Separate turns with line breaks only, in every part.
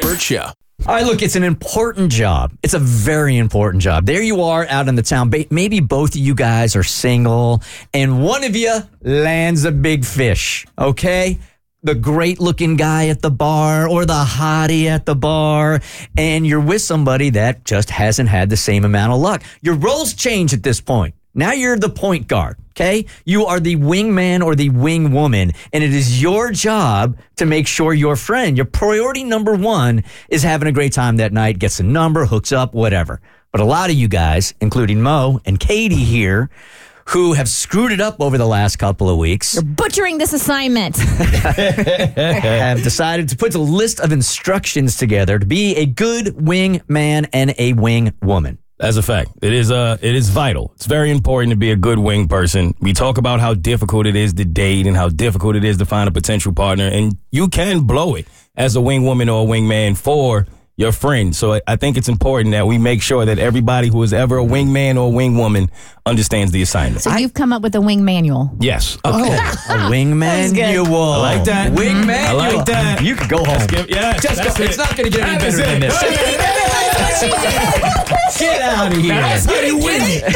Burt Show.
All right, look, it's an important job. It's a very important job. There you are out in the town. Ba- Maybe both of you guys are single and one of you lands a big fish, okay? The great looking guy at the bar or the hottie at the bar, and you're with somebody that just hasn't had the same amount of luck. Your roles change at this point. Now you're the point guard, okay? You are the wingman or the wing woman, and it is your job to make sure your friend, your priority number one, is having a great time that night, gets a number, hooks up, whatever. But a lot of you guys, including Mo and Katie here, who have screwed it up over the last couple of weeks,
Butchering this assignment.
have decided to put a list of instructions together to be a good wing man and a wing woman.
That's a fact. It is uh it is vital. It's very important to be a good wing person. We talk about how difficult it is to date and how difficult it is to find a potential partner, and you can blow it as a wing woman or a wing man for your friend. So I- I think it's important that we make sure that everybody who is ever a wingman or a wing woman understands the assignment. Uh-huh.
So you've come up with a wing manual.
Yes. Okay.
A wing manual. I
like that.
Wing
I
manual.
like that.
You can go home.
Give- yeah,
Just
that's
go. It's
it.
not going to get any
That is
better than
it.
this. Get out of here. Uh,
That's what he wins.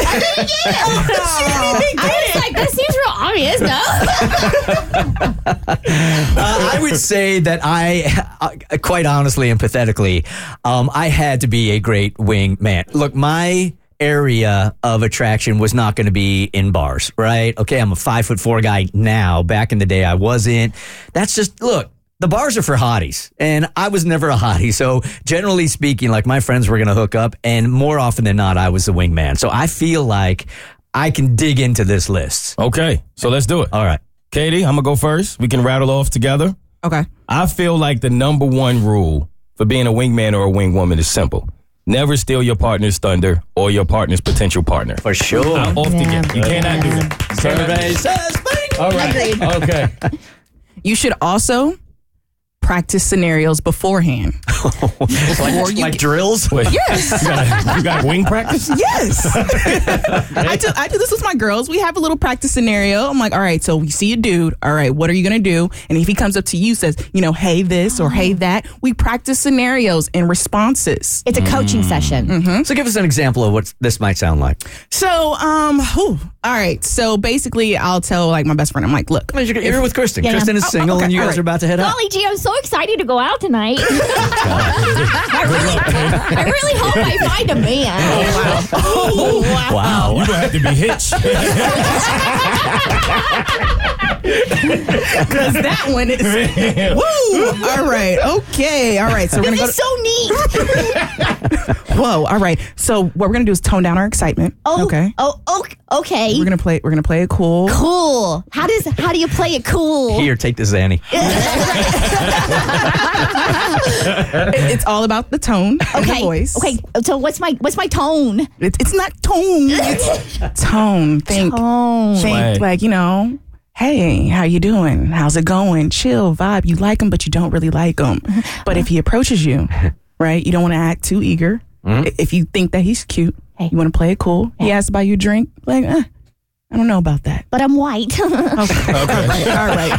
I was like, this seems real obvious, no?
Uh, I would say that I, uh, quite honestly and pathetically, um, I had to be a great wing man. Look, my area of attraction was not going to be in bars, right? Okay, I'm a five foot four guy now. Back in the day, I wasn't. That's just, look, the bars are for hotties, and I was never a hottie. So, generally speaking, like my friends were going to hook up, and more often than not, I was the wingman. So, I feel like I can dig into this list.
Okay. So let's do it.
All right.
Katie, I'm gonna go first. We can rattle off together.
Okay.
I feel like the number one rule for being a wingman or a wingwoman is simple. Never steal your partner's thunder or your partner's potential partner.
For sure.
I often get- You cannot do
Yeah.
that. Survey says bing. All
Agreed.
right. Okay.
You should also practice scenarios beforehand. Before you
like
get-
drills?
Wait.
yes.
You got, you got wing practice?
Yes. I, do, I do this with my girls. We have a little practice scenario. I'm like, all right, so you see a dude. All right, what are you going to do? And if he comes up to you, says, you know, hey, this or hey, that, we practice scenarios and responses.
It's a coaching session.
Mm-hmm.
So give us an example of what this might sound like.
So, um, whew, all right. So basically, I'll tell like my best friend, I'm like, look,
You're, you're with Kristen.
Yeah, yeah.
Kristen is
Oh,
single,
okay,
and you
all
guys
right.
are about to head out.
Golly gee, I'm so excited to go out tonight.
Oh,
I, really, I really hope I find a man. Oh, wow.
Wow.
You're going to have to be hitched.
because that one is, woo. All right. Okay. All right. So we're going
This
to go to
is so neat.
Whoa! All right. So what we're gonna do is tone down our excitement.
Oh,
Okay.
Oh, oh, okay.
We're gonna play. We're gonna play it cool.
cool. How does how do you play it cool?
Here, take this Zanny.
It- it's all about the tone, and the
Okay.
voice.
Okay. So what's my what's my tone?
It's, it's not tone. It's tone. Think.
Tone.
Think
Swag.
like you know. Hey, how you doing? How's it going? Chill vibe. You like him, but you don't really like him. But if he approaches you, right, you don't want to act too eager. I- If you think that he's cute,
Hey.
you want to play it cool. He asks about you drink. Like, eh, I don't know about that.
But I'm white.
Okay. All right. All right.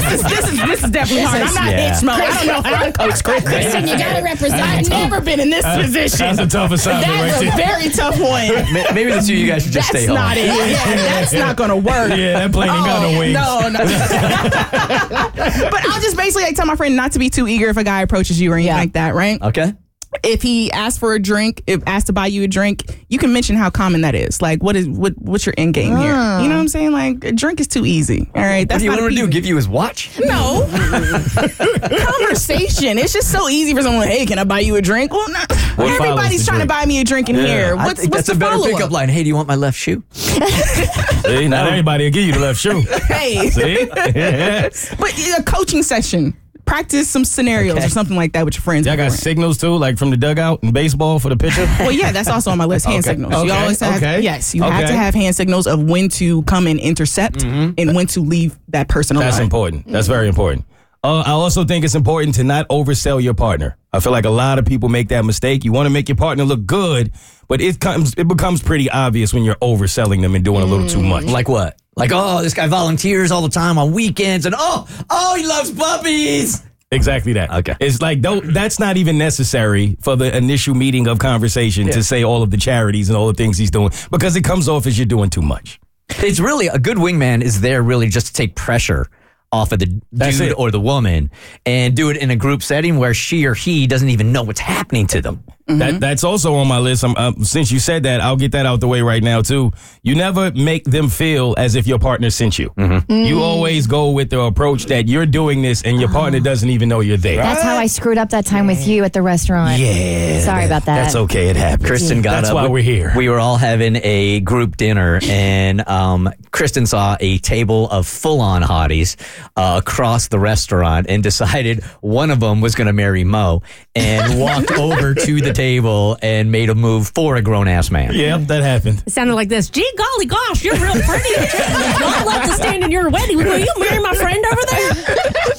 this is this is this is definitely hard. I'm not
Yeah.
hitch mode. I don't know if I'm Coach Kristen. You gotta represent. I've never been in this
That's
position.
a tough assignment
That's a
right there.
very tough one.
Ma- Maybe the two of you guys should just
That's
stay home.
not it. That's not gonna work.
Yeah, that plane ain't got no wings.
Oh, no, no. but I'll just basically like tell my friend not to be too eager if a guy approaches you or anything
Yeah.
like that, right?
Okay.
If he asks for a drink, if asked to buy you a drink, you can mention how common that is. Like, what is what? What's your end game here? You know what I'm saying? Like, a drink is too easy. All right,
Ah. What
that's
do you
not
want him to do?
appeasing.
Give you his watch?
No. Conversation. It's just so easy for someone, hey, can I buy you a drink? Well, not,
What follows
everybody's
the
trying to
drink?
buy me a drink in here.
I
What's,
think
what's
that's
the
a better
follow
pickup line. Hey, do you want my left shoe?
See, not everybody will give you the left shoe.
Hey,
See? Yeah.
but a coaching session. Practice some scenarios
Okay.
or something like that with your friends.
Y'all got
beforehand.
signals too, like from the dugout in baseball for the pitcher?
Well, yeah, that's also on my list. Hand
Okay.
signals.
Okay.
You always have
Okay.
yes, you have
Okay. Mm-hmm.
to have hand signals of when to come and intercept and when to leave that person alone.
That's important. That's very important. Uh, I also think it's important to not oversell your partner. I feel like a lot of people make that mistake. You want to make your partner look good, but it comes it becomes pretty obvious when you're overselling them and doing a little too much.
Like what? Like, oh, this guy volunteers all the time on weekends, and oh, oh, he loves puppies.
Exactly that.
Okay.
It's like though that's not even necessary for the initial meeting of conversation to say all of the charities and all the things he's doing because it comes off as you're doing too much.
It's really a good wingman is there really just to take pressure off of the dude
it.
or the woman and do it in a group setting where she or he doesn't even know what's happening to them.
Mm-hmm.
That that's also on my list. I'm, um, since you said that, I'll get that out the way right now too. You never make them feel as if your partner sent you.
Mm-hmm.
Mm.
You always go with the approach that you're doing this and your
Ah.
partner doesn't even know you're there.
That's how I screwed up that time with you at the restaurant.
Yeah,
Sorry about that.
That's okay. It happens.
Kristen got
That's
up.
why
We-
we're here.
We were all having a group dinner, and um, Kristen saw a table of full-on hotties uh, across the restaurant, and decided one of them was going to marry Mo, and walked over to the table and made a move for a grown-ass man.
yeah, that happened.
It sounded like this. Gee, golly gosh, you're real pretty. I'd love to stand in your wedding. Will you marry my friend over there?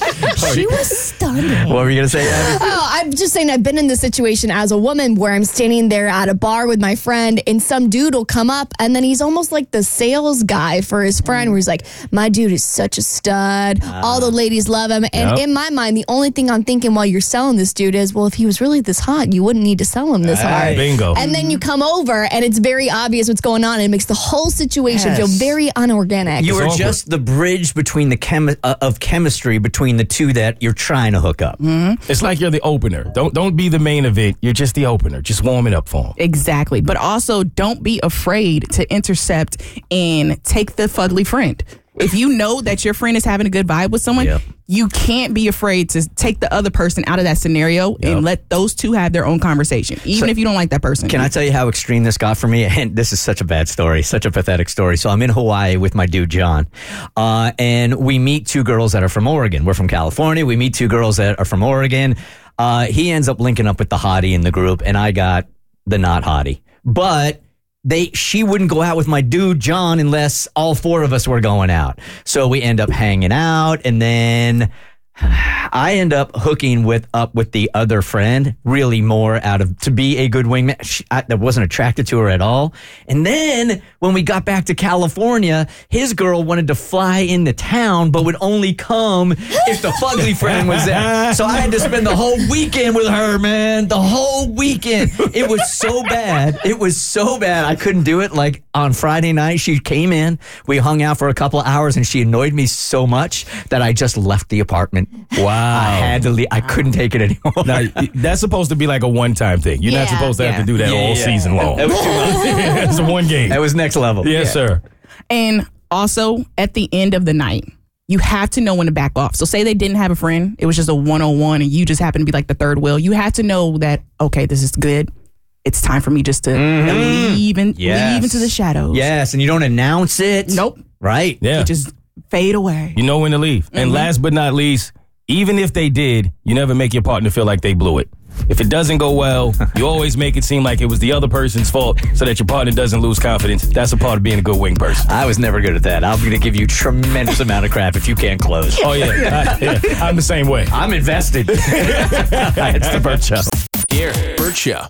She was stunning.
What were you going to say? Abby?
Oh, I'm just saying, I've been in this situation as a woman where I'm standing there at a bar with my friend, and some dude will come up, and then he's almost like the sales guy for his friend, where he's like, My dude is such a stud. All the ladies love him. And
Yep.
in my mind, the only thing I'm thinking while you're selling this dude is, Well, if he was really this hot, you wouldn't need to sell him
Ah.
this hard.
Bingo.
And then you come over, and it's very obvious what's going on, and it makes the whole situation
Yes.
feel very unorganic.
You
It's
are
awkward.
just the bridge between the chemi- uh, of chemistry between the two that you're trying to hook up.
It's like you're the opener. Don't don't be the main event. You're just the opener. Just warm it up for him.
Exactly. But also, don't be afraid to intercept and take the fugly friend. If you know that your friend is having a good vibe with someone,
Yep.
you can't be afraid to take the other person out of that scenario and let those two have their own conversation, even if you don't like that person.
Can I tell you how extreme this got for me? And this is such a bad story, such a pathetic story. So I'm in Hawaii with my dude John, uh, and we meet two girls that are from Oregon. We're from California. We meet two girls that are from Oregon. Uh, he ends up linking up with the hottie in the group, and I got the not hottie. But they she wouldn't go out with my dude John unless all four of us were going out. So we end up hanging out, and then. I end up hooking with up with the other friend, really more out of to be a good wingman. She, I, that wasn't attracted to her at all. And then when we got back to California, his girl wanted to fly into town, but would only come if the fugly friend was there. So I had to spend the whole weekend with her, man. The whole weekend. It was so bad. It was so bad. I couldn't do it. Like on Friday night, she came in. We hung out for a couple hours, and she annoyed me so much that I just left the apartment.
Wow.
I had to leave. I couldn't take it anymore.
Now, y- that's supposed to be like a one time thing. You're not
Yeah.
supposed to have
Yeah.
to do that
Yeah,
all
yeah.
season long.
That was too
That's a one game.
That was next level.
yes, sir.
And also at the end of the night, you have to know when to back off. So say they didn't have a friend, it was just a one on one and you just happen to be like the third wheel. You have to know that, okay, this is good. It's time for me just to leave and
Mm-hmm. Yes.
leave into the shadows.
Yes, and you don't announce it.
Nope.
Right.
Yeah.
You just fade away.
You know when to leave. And last but not least, even if they did, you never make your partner feel like they blew it. If it doesn't go well, you always make it seem like it was the other person's fault so that your partner doesn't lose confidence. That's a part of being a good wing person.
I was never good at that. I'm going to give you tremendous amount of crap if you can't close.
Oh, yeah. I, am the same way.
I'm invested. it's the Burt Show.
Here, Burt Show.